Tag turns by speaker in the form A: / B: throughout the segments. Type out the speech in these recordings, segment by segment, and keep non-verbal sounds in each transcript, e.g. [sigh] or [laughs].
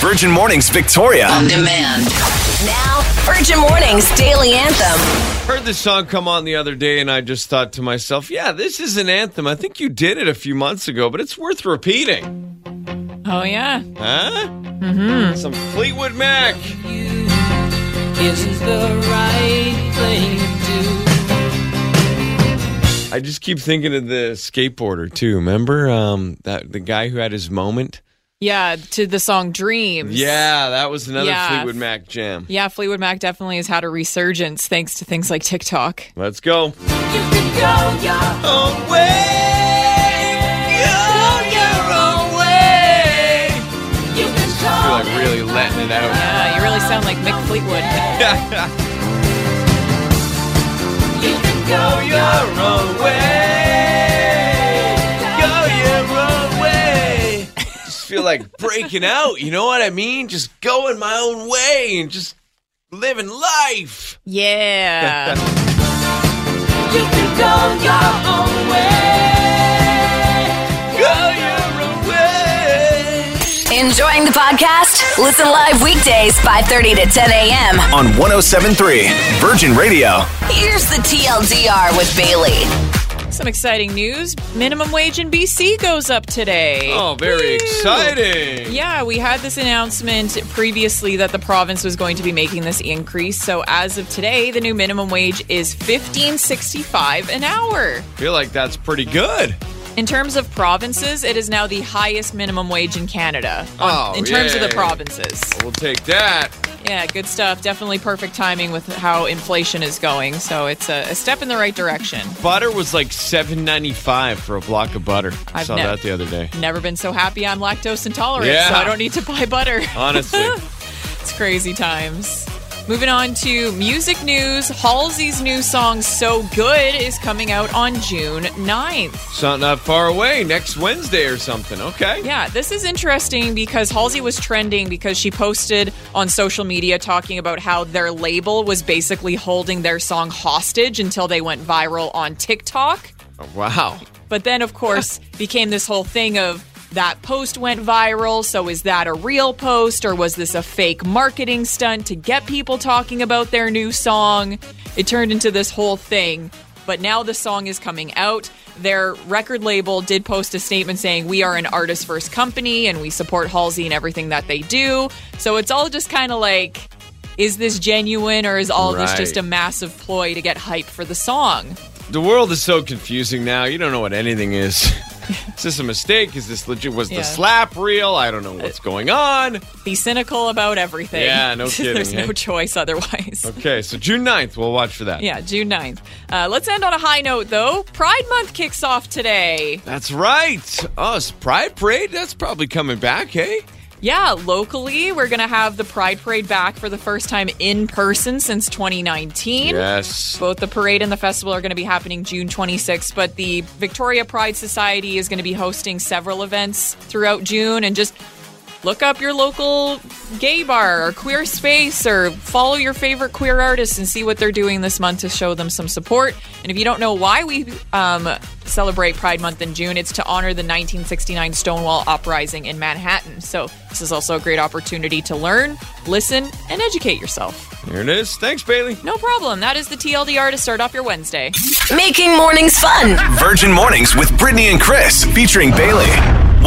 A: Virgin Mornings Victoria.
B: on demand. Now, Virgin Mornings Daily Anthem.
C: Heard this song come on the other day, and I just thought to myself, yeah, this is an anthem. I think you did it a few months ago, but it's worth repeating.
D: Oh yeah.
C: Huh? Mm-hmm. Some Fleetwood Mac.
E: is the right thing to
C: I just keep thinking of the skateboarder, too. Remember um, that the guy who had his moment?
D: Yeah, to the song Dreams.
C: Yeah, that was another
D: Yeah.
C: Fleetwood Mac jam.
D: Yeah, Fleetwood Mac definitely has had a resurgence thanks to things like TikTok.
C: Let's go.
E: You could go your
C: Own way. Go your own way.
E: you could
C: You're
E: go
C: like really letting it out. [laughs]
D: Yeah, Uh, you really sound like Mick Fleetwood.
E: you could
C: Go
E: go
C: your own way. Go your own way. [laughs] Just feel like breaking out. You know what I mean? Just going my own way and just living life. [laughs]
D: Yeah.
E: you could go your own way.
C: Go your own way.
B: Enjoying the podcast? Listen live weekdays 5:30 to 10 a.m.
A: On 1073 Virgin Radio.
B: Here's the TLDR with Bailey.
D: Some exciting news. Minimum wage in BC goes up today.
C: Oh, very exciting.
D: Yeah, we had this announcement previously that the province was going to be making this increase. So as of today, the new minimum wage is 15.65 an hour.
C: Feel like that's pretty good.
D: In terms of provinces, it is now the highest minimum wage in Canada. on-
C: Oh,
D: in terms of the
C: yay.
D: provinces.
C: We'll take that.
D: Yeah, good stuff. Definitely perfect timing with how inflation is going. So it's a, a step in the right direction.
C: Butter was like seven ninety five for a block of butter. I
D: I've
C: saw
D: nev-
C: that the other day.
D: Never been so happy I'm lactose intolerant, so
C: Yeah.
D: I don't need to buy butter.
C: Honestly.
D: [laughs] It's crazy times. Moving on to music news, Halsey's new song So Good is coming out on June 9th.
C: It's not, not far away, next Wednesday or something. Okay.
D: Yeah, this is interesting because Halsey was trending because she posted on social media talking about how their label was basically holding their song hostage until they went viral on TikTok.
C: Oh, Wow.
D: But then, of course, became this whole thing of that post went viral. So, is that a real post or was this a fake marketing stunt to get people talking about their new song? It turned into this whole thing. But now the song is coming out. Their record label did post a statement saying, We are an artist first company and we support Halsey and everything that they do. So, it's all just kind of like, is this genuine or is all this
C: Right.
D: just a massive ploy to get hype for the song?
C: The world is so confusing now. You don't know what anything is. [laughs] is this a mistake? Is this legit? Was the
D: Yeah.
C: slap real? I don't know what's going on.
D: be cynical about everything.
C: Yeah, no
D: [laughs] There's
C: kidding, eh?
D: no choice otherwise.
C: Okay, so June 9th, we'll watch for that.
D: Yeah, June 9th. Uh, let's end on a high note, though. Pride Month kicks off today.
C: That's right. Us Pride Parade, that's probably coming back, hey?
D: Yeah, locally, we're going to have the Pride Parade back for the first time in person since 2019.
C: Yes.
D: Both the parade and the festival are going to be happening June 26th, but the Victoria Pride Society is going to be hosting several events throughout June. And just look up your local gay bar or queer space or follow your favorite queer artists and see what they're doing this month to show them some support. And if you don't know why we um, celebrate Pride Month in June, it's to honor the 1969 Stonewall Uprising in Manhattan. So this is also a great opportunity to learn, listen, and educate yourself.
C: Here it is. Thanks, Bailey.
D: No problem. That is the TLDR to start off your Wednesday.
B: Making mornings fun.
A: Virgin Mornings with Brittany and Chris featuring Bailey.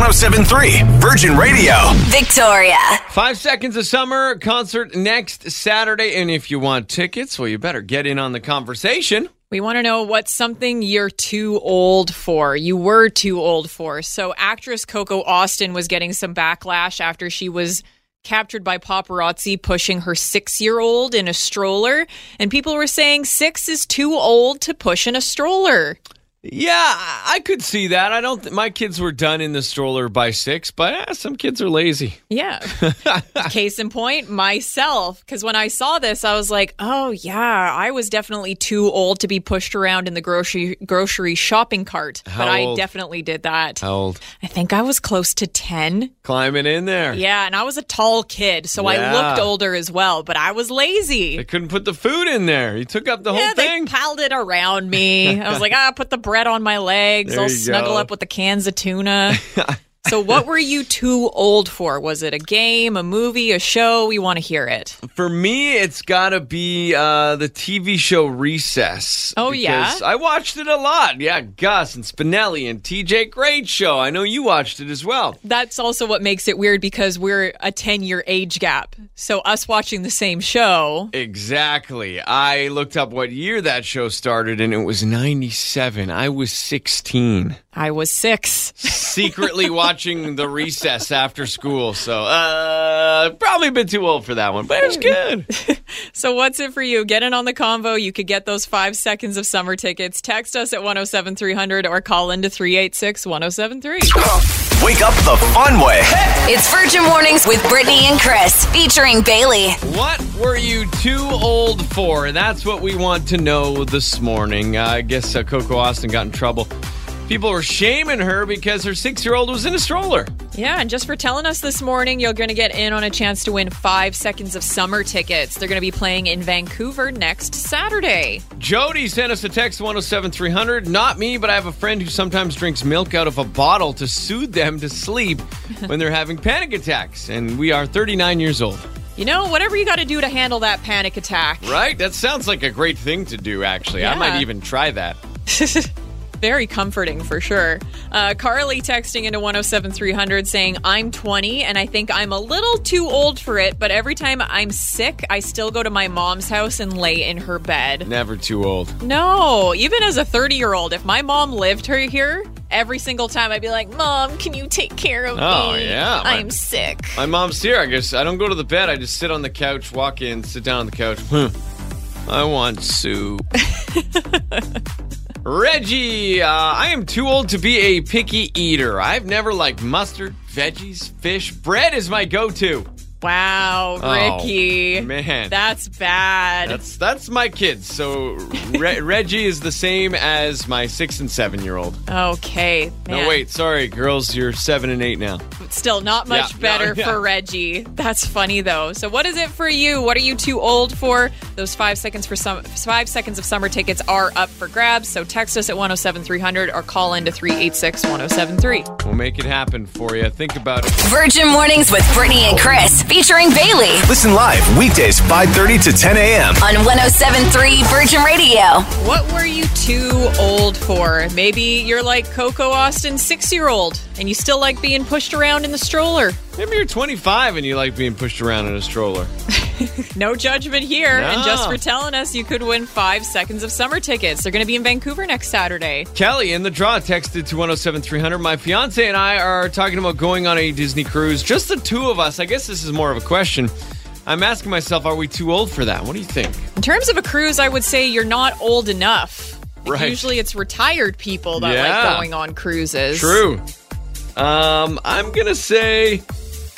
A: 1073 Virgin Radio.
B: Victoria.
C: Five Seconds of Summer concert next Saturday. And if you want tickets, well, you better get in on the conversation.
D: We want to know what's something you're too old for. You were too old for. So, actress Coco Austin was getting some backlash after she was captured by paparazzi pushing her six year old in a stroller. And people were saying six is too old to push in a stroller.
C: Yeah, I I could see that. I don't. Th- my kids were done in the stroller by six, but eh, some kids are lazy. [laughs]
D: Yeah. Case in point, myself. Because when I saw this, I was like, oh, yeah, I was definitely too old to be pushed around in the grocery grocery shopping cart. but
C: How
D: I
C: old?
D: definitely did that.
C: How old?
D: I think I was close to 10.
C: Climbing in there.
D: Yeah. And I was a tall kid. So I
C: Yeah.
D: looked older as well, but I was lazy.
C: They couldn't put the food in there. You took up the whole
D: yeah, they
C: thing.
D: piled it around
C: [laughs]
D: me. I was like, ah, put the bread on my legs.
C: There
D: I'll
C: you
D: snuggle
C: go. [laughs]
D: up with the cans of tuna. So, what were you too old for? Was it a game, a movie, a show? We want to hear it.
C: For me, it's got to be uh, the TV show Recess.
D: Oh, yeah?
C: because I watched it a lot. Yeah, Gus and Spinelli and TJ Great show. I know you watched it as well.
D: That's also what makes it weird because we're a 10 year age gap. So, us watching the same show,
C: Exactly. I looked up what year that show started, and it was 97. I was 16.
D: I was six.
C: Secretly watching The Recess after school. So, uh, probably a bit too old for that one, but it's good.
D: So, what's it for you? Get in on the convo. You could get those five seconds of summer tickets. Text us at 107300 or call into 386 1073.
A: Wake up the fun way.
B: It's Virgin Mornings with Brittany and Chris, featuring Bailey.
C: What were you too old for? That's what we want to know this morning. Uh, I guess uh, Coco Austin got in trouble. People were shaming her because her six year old was in a stroller.
D: Yeah, and just for telling us this morning, you're going to get in on a chance to win five seconds of summer tickets. They're going to be playing in Vancouver next Saturday.
C: Jody sent us a text 107300. Not me, but I have a friend who sometimes drinks milk out of a bottle to soothe them to sleep when they're having panic attacks. And we are 39 years old.
D: You know, whatever you got to do to handle that panic attack.
C: Right? That sounds like a great thing to do, actually. I
D: Yeah.
C: might even try that.
D: Very comforting for sure. Uh, Carly texting into 107300 saying, I'm 20 and I think I'm a little too old for it, but every time I'm sick, I still go to my mom's house and lay in her bed.
C: Never too old.
D: No, even as a 30 year old, if my mom lived her here, every single time I'd be like, Mom, can you take care of
C: Oh,
D: me?
C: yeah, my- Oh,
D: I'm sick.
C: My mom's here. I guess I don't go to the bed. I just sit on the couch, walk in, sit down on the couch. Huh. I want soup. Reggie, uh, I am too old to be a picky eater. I've never liked mustard, veggies, fish. Bread is my go-to.
D: Wow,
C: Oh,
D: Ricky.
C: man.
D: That's bad.
C: That's that's my kids. So Re- Reggie is the same as my six and seven-year-old.
D: okay.
C: No,
D: man.
C: wait, sorry, girls, you're seven and eight now.
D: Still not much
C: Yeah, no,
D: better
C: yeah.
D: for Reggie. That's funny though. So what is it for you? What are you too old for? Those five seconds for some five seconds of summer tickets are up for grabs. So text us at 107300 or call into 386-1073.
C: We'll make it happen for you. Think about it.
B: Virgin Mornings with Brittany and Chris, featuring Bailey
A: Listen live weekdays 5:30 to 10 a.m.
B: on 1073 Virgin Radio.
D: What were you too old for? Maybe you're like Coco Austin, six year old, and you still like being pushed around in the stroller.
C: Maybe you're 25 and you like being pushed around in a stroller.
D: No judgment here. And just
C: No.
D: for telling us, you could win five seconds of summer tickets. They're going to be in Vancouver next Saturday.
C: Kelly in the draw texted to 107300. My fiance and I are talking about going on a Disney cruise. Just the two of us. I guess this is more of a question. I'm asking myself, are we too old for that? What do you think?
D: In terms of a cruise, I would say you're not old enough. Like,
C: Right.
D: Usually it's retired people that
C: Yeah.
D: like going on cruises.
C: True. Um, I'm going to say,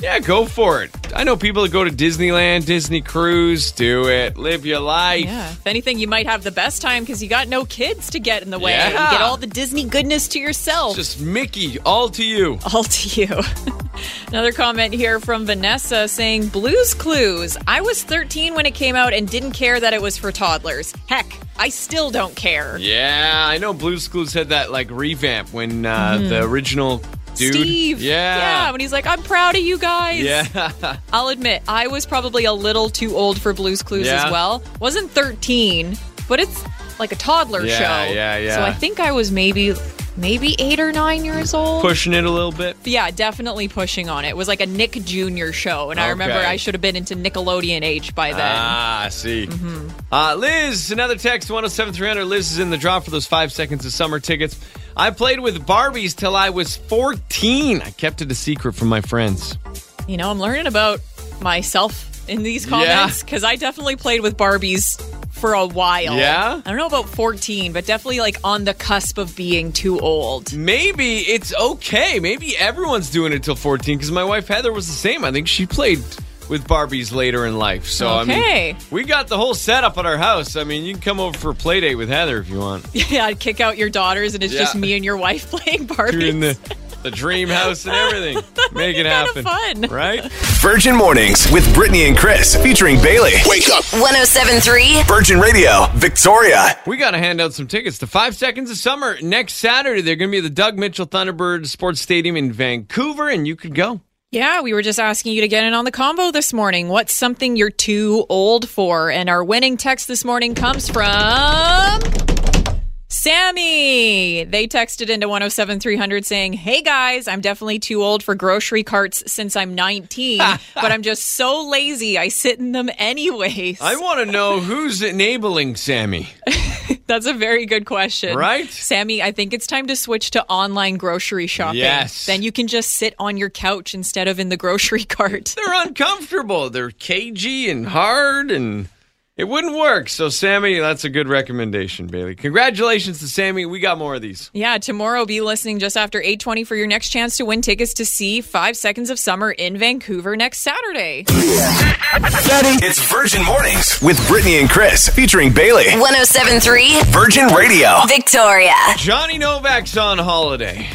C: yeah, go for it. I know people that go to Disneyland, Disney cruise, do it. Live your life.
D: Yeah. If anything, you might have the best time because you got no kids to get in the way.
C: Yeah.
D: You get all the Disney goodness to yourself.
C: Just Mickey, all to
D: [laughs]
C: you.
D: all to you. Another comment here from Vanessa saying, Blues Clues. I was 13 when it came out and didn't care that it was for toddlers. Heck, I still don't care.
C: Yeah, I know Blues Clues had that like revamp when uh, the original dude.
D: Mm-hmm. Steve. Yeah.
C: Yeah.
D: When he's like, I'm proud of you guys.
C: Yeah. [laughs]
D: I'll admit, I was probably a little too old for Blues Clues
C: Yeah.
D: as well. Wasn't 13, but it's like a toddler
C: Yeah,
D: show.
C: yeah, yeah.
D: So I think I was maybe maybe eight or nine years old.
C: Pushing it a little bit.
D: Yeah, definitely pushing on it. It was like a Nick Jr. show, and I remember
C: Okay.
D: I should have been into Nickelodeon age by then.
C: Ah, I see.
D: Mm-hmm.
C: Uh, Liz, another text 107300. Liz is in the draw for those five seconds of summer tickets. I played with Barbies till I was 14. I kept it a secret from my friends.
D: you know, I'm learning about myself in these comments because I definitely played with Barbies for a while.
C: Yeah?
D: I don't know about 14, but definitely like on the cusp of being too old.
C: Maybe it's okay. Maybe everyone's doing it till 14 because my wife Heather was the same. I think she played with Barbies later in life. So, I
D: Okay.
C: mean, we got the whole setup at our house. I mean, you can come over for a play
D: [laughs]
C: date with Heather if you want.
D: Yeah, I'd kick out your daughters and it's just
C: Yeah.
D: me and your wife [laughs] playing Barbies.
C: Doing the the dream house and
D: [laughs]
C: everything. Make it happen.
D: fun. [laughs]
C: Right?
A: Virgin Mornings with Brittany and Chris featuring Bailey. Wake up.
B: 1073
A: Virgin Radio, Victoria.
C: We got to hand out some tickets to Five Seconds of Summer next Saturday. They're going to be at the Doug Mitchell Thunderbird Sports Stadium in Vancouver, and you could go.
D: Yeah, we were just asking you to get in on the combo this morning. What's something you're too old for? And our winning text this morning comes from Sammy. They texted into 107300 saying, Hey guys, I'm definitely too old for grocery carts since
C: [laughs]
D: I'm 19, but I'm just so lazy. I sit in them anyways.
C: I want to know who's enabling Sammy.
D: That's a very good question.
C: Right?
D: Sammy, I think it's time to switch to online grocery shopping.
C: Yes.
D: Then you can just sit on your couch instead of in the grocery [laughs] cart.
C: They're uncomfortable. They're cagey and hard, and it wouldn't work. So, Sammy, that's a good recommendation, Bailey. Congratulations to Sammy. We got more of these.
D: Yeah, tomorrow be listening just after 8:20 for your next chance to win tickets to see 5 Seconds of Summer in Vancouver next Saturday.
A: It's Virgin Mornings with Brittany and Chris featuring Bailey.
B: 1073
A: Virgin Radio.
B: Victoria.
C: Johnny Novak's on holiday.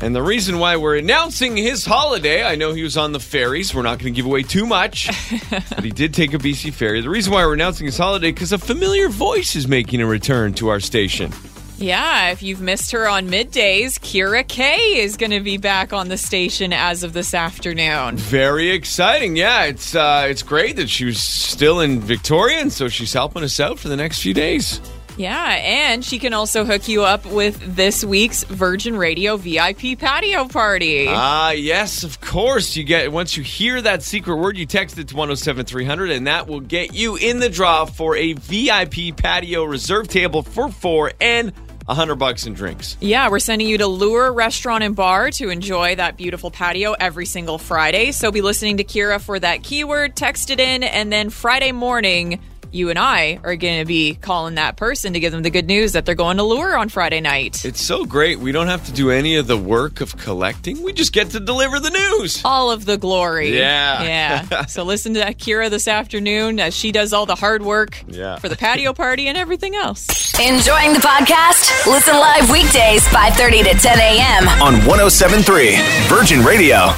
C: And the reason why we're announcing his holiday, I know he was on the ferries. We're not going to give away too much, but he did take a BC ferry. The reason why we're announcing his holiday because a familiar voice is making a return to our station.
D: Yeah, if you've missed her on middays, Kira K is going to be back on the station as of this afternoon.
C: Very exciting. Yeah, it's uh, it's great that she was still in Victoria, and so she's helping us out for the next few days.
D: Yeah, and she can also hook you up with this week's Virgin Radio VIP patio party.
C: Ah, yes, of course. You get once you hear that secret word, you text it to 107300 and that will get you in the draw for a VIP patio reserve table for 4 and 100 bucks in drinks.
D: Yeah, we're sending you to Lure Restaurant and Bar to enjoy that beautiful patio every single Friday. So be listening to Kira for that keyword, text it in, and then Friday morning, you and I are going to be calling that person to give them the good news that they're going to Lure on Friday night.
C: It's so great. We don't have to do any of the work of collecting. We just get to deliver the news.
D: all of the glory.
C: Yeah. [laughs]
D: Yeah. so listen to Kira this afternoon as she does all the hard work
C: Yeah.
D: for the patio party and everything else.
B: Enjoying the podcast? Listen live weekdays 5:30 to 10 a.m.
A: on 1073 Virgin Radio.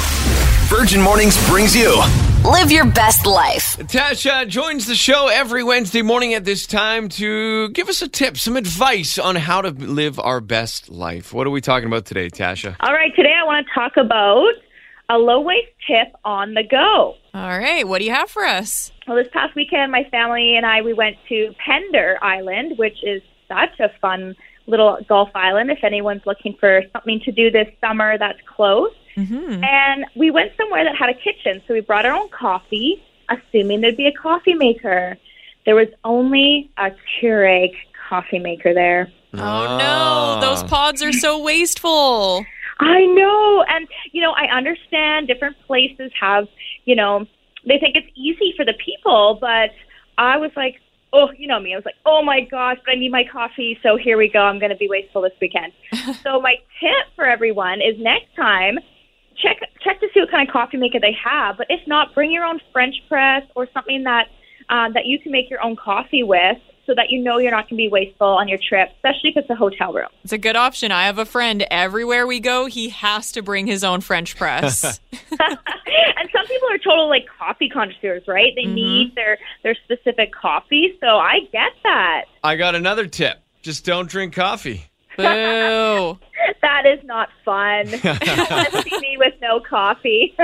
A: Virgin Mornings brings you
B: Live your best life.
C: Tasha joins the show every Wednesday morning at this time to give us a tip, some advice on how to live our best life. What are we talking about today, Tasha?
F: All right, today I want to talk about a low waist tip on the go.
D: All right. What do you have for us?
F: Well, this past weekend, my family and I we went to Pender Island, which is such a fun little golf island. If anyone's looking for something to do this summer, that's close.
D: Mm-hmm.
F: And we went somewhere that had a kitchen, so we brought our own coffee, assuming there'd be a coffee maker. There was only a Keurig coffee maker there.
D: Oh,
C: Ah.
D: no. Those pods are so wasteful.
F: I know. And, you know, I understand different places have, you know, they think it's easy for the people, but I was like, oh, you know me. I was like, oh my gosh, but I need my coffee. So here we go. I'm going to be wasteful this weekend. so my tip for everyone is next time, check check to see what kind of coffee maker they have. But if not, bring your own French press or something that um, that you can make your own coffee with. So that you know you're not going to be wasteful on your trip, especially if it's a hotel room.
D: It's a good option. I have a friend everywhere we go, he has to bring his own French press.
C: [laughs]
F: [laughs] and some people are total like coffee connoisseurs, right? They need their their specific coffee, so I get that.
C: I got another tip. Just don't drink coffee.
D: Boo.
F: That is not fun. [laughs] Don't see me with no coffee. [laughs]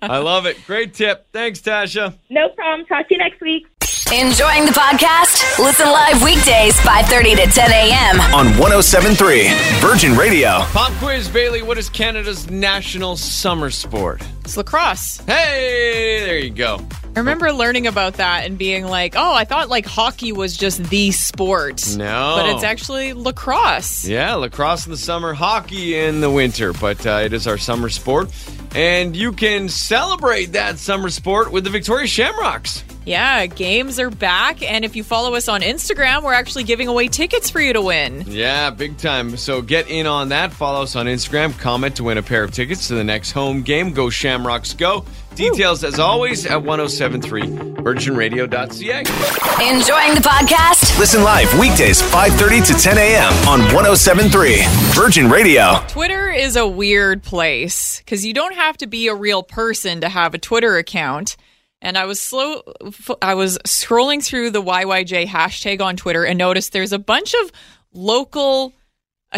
C: I love it. Great tip. Thanks, Tasha.
F: no problem. Talk to you next week.
B: Enjoying the podcast? Listen live weekdays 5:30 to 10 a.m.
A: on 1073 Virgin Radio.
C: Pop quiz, Bailey. What is Canada's national summer sport?
D: It's lacrosse.
C: Hey, there you go.
D: I remember learning about that and being like, oh, I thought like hockey was just the sport.
C: No.
D: But it's actually lacrosse.
C: Yeah, lacrosse in the summer, hockey in the winter, but uh, it is our summer sport. And you can celebrate that summer sport with the Victoria Shamrocks.
D: Yeah, games are back. And if you follow us on Instagram, we're actually giving away tickets for you to win.
C: Yeah, big time. So get in on that. Follow us on Instagram. Comment to win a pair of tickets to the next home game. Go Shamrocks, go. Details, as always, at 1073 virginradio.ca. [laughs]
B: Enjoying the podcast?
A: Listen live weekdays 5:30 to 10 a.m. on 1073 Virgin Radio.
D: Twitter is a weird place because you don't have to be a real person to have a Twitter account. And I was slow. f- I was scrolling through the YYJ hashtag on Twitter and noticed there's a bunch of local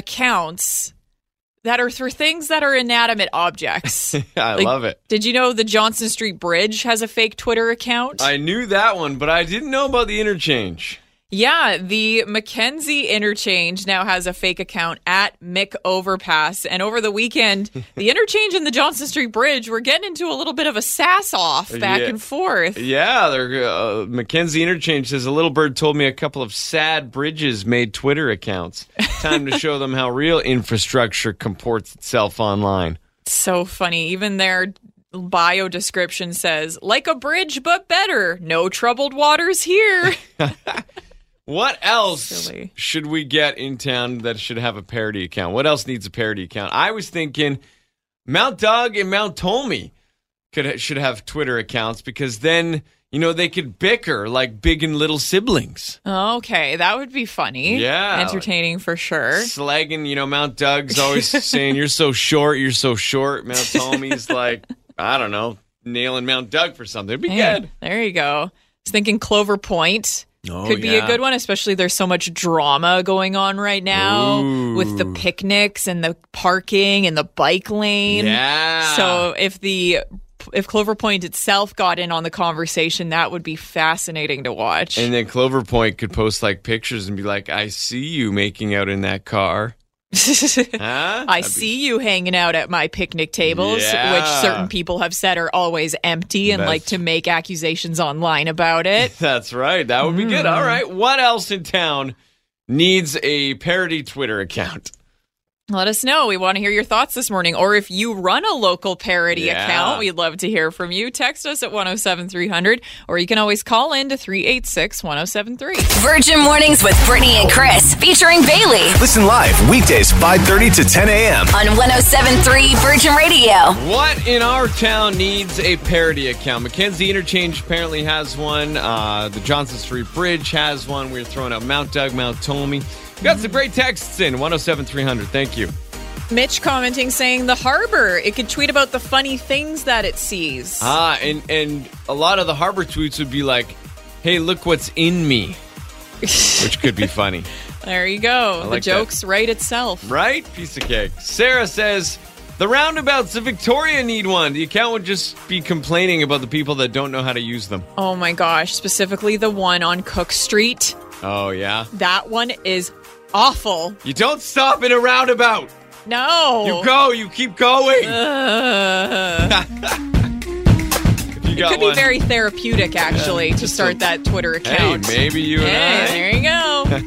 D: accounts that are for things that are inanimate objects.
C: [laughs] I
D: Like,
C: love it.
D: Did you know the Johnson Street Bridge has a fake Twitter account?
C: I knew that one, but I didn't know about the interchange.
D: Yeah, the Mackenzie interchange now has a fake account at Mick Overpass. And over
C: [laughs]
D: the weekend, the interchange and the Johnson Street Bridge were getting into a little bit of a sass off back
C: Yeah.
D: and forth.
C: Yeah, they're, uh, Mackenzie Interchange says a little bird told me a couple of sad bridges made Twitter accounts. Time to show them how real infrastructure comports itself online.
D: So funny. Even their bio description says, like a bridge, but better. No troubled
C: [laughs]
D: waters here.
C: What else
D: Silly.
C: should we get in town that should have a parody account? What else needs a parody account? I was thinking Mount Doug and Mount Tommy could should have Twitter accounts because then you know they could bicker like big and little siblings,
D: okay, that would be funny.
C: Yeah.
D: Entertaining for sure.
C: slagging. You know Mount Doug's always
D: [laughs]
C: saying you're so short, you're so short. Mount Tommy's like I don't know nailing Mount Doug for something. It'd be
D: Man,
C: good.
D: There you go. I was thinking Clover Point
C: Oh,
D: could be
C: yeah.
D: a good one, especially there's so much drama going on right now with the
C: Ooh.
D: picnics and the parking and the bike lane.
C: Yeah.
D: So if the if Clover Point itself got in on the conversation, that would be fascinating to watch. [laughs]
C: And then Clover Point could post like pictures and be like, "I see you making out in that car." Huh?
D: [laughs] I
C: That'd be-
D: see you hanging out at my picnic tables, which
C: Yeah.
D: certain people have said are always empty and
C: That's-
D: like to make accusations online about it.
C: [laughs] That's right. That would be good.
D: Hmm.
C: All right. What else in town needs a parody Twitter account?
D: Let us know. We want to hear your thoughts this morning. Or if you run a local parody
C: Yeah.
D: account, we'd love to hear from you. Text us at 107300, or you can always call in to 386 1073.
B: Virgin Mornings with Brittany and Chris featuring Bailey
A: Listen live weekdays 5:30 to 10 a.m.
B: on 1073 Virgin Radio.
C: What in our town needs a parody account? Mackenzie Interchange apparently has one. Uh, the Johnson Street Bridge has one. We're throwing out Mount Doug, Mount Ptolemy. We got some great texts in 107 300. Thank you.
D: Mitch commenting saying the harbor. It could tweet about the funny things that it sees.
C: Ah, and, and a lot of the harbor tweets would be like, hey, look what's in me, which could be funny.
D: [laughs] there you go.
C: like
D: the
C: that.
D: joke's right
C: [laughs]
D: itself.
C: Right? Piece of cake. Sarah says the roundabouts of Victoria need one. The account would just be complaining about the people that don't know how to use them.
D: Oh my gosh. Specifically the one on Cook Street.
C: Oh, yeah?
D: That one is awful.
C: You don't stop in a roundabout.
D: No.
C: You
D: [laughs]
C: go, you keep going.
D: Uh,
C: If you got
D: Could
C: one.
D: be very therapeutic, actually, to start that Twitter
C: hey,
D: account.
C: maybe you
D: Hey,
C: and I.
D: there you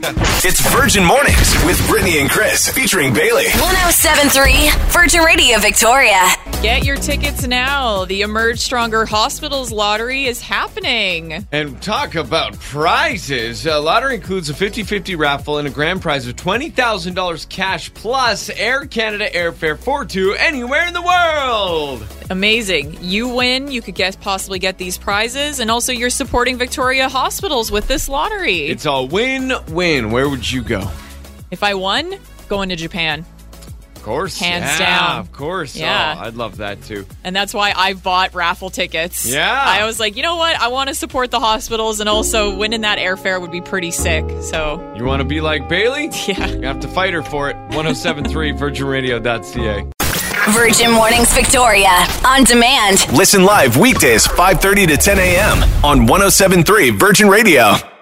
D: go.
C: [laughs]
A: It's Virgin Mornings with Brittany and Chris featuring Bailey.
B: 1073 Virgin Radio Victoria.
D: Get your tickets now. The Emerge Stronger Hospitals Lottery is happening.
C: And talk about prizes. A lottery includes a 50 50 raffle and a grand prize of $20,000 cash plus Air Canada airfare for two anywhere in the world.
D: Amazing. You win, you could guess possibly get these prizes, and also you're supporting Victoria Hospitals with this lottery.
C: It's a win win. Where would you go?
D: if I won, going to Japan.
C: Of course.
D: Hands
C: yeah,
D: down.
C: Of course.
D: Yeah.
C: Oh, I'd love that too.
D: And that's why I bought raffle tickets.
C: Yeah.
D: I was like, you know what? I want to support the hospitals, and also winning that airfare would be pretty sick. So, [laughs]
C: You want to be like Bailey?
D: yeah.
C: You have to fight her for it. 1073 virginradio.ca.
B: Virgin Mornings Victoria on demand.
A: Listen live weekdays 5:30 to 10 a.m. on 1073 Virgin Radio.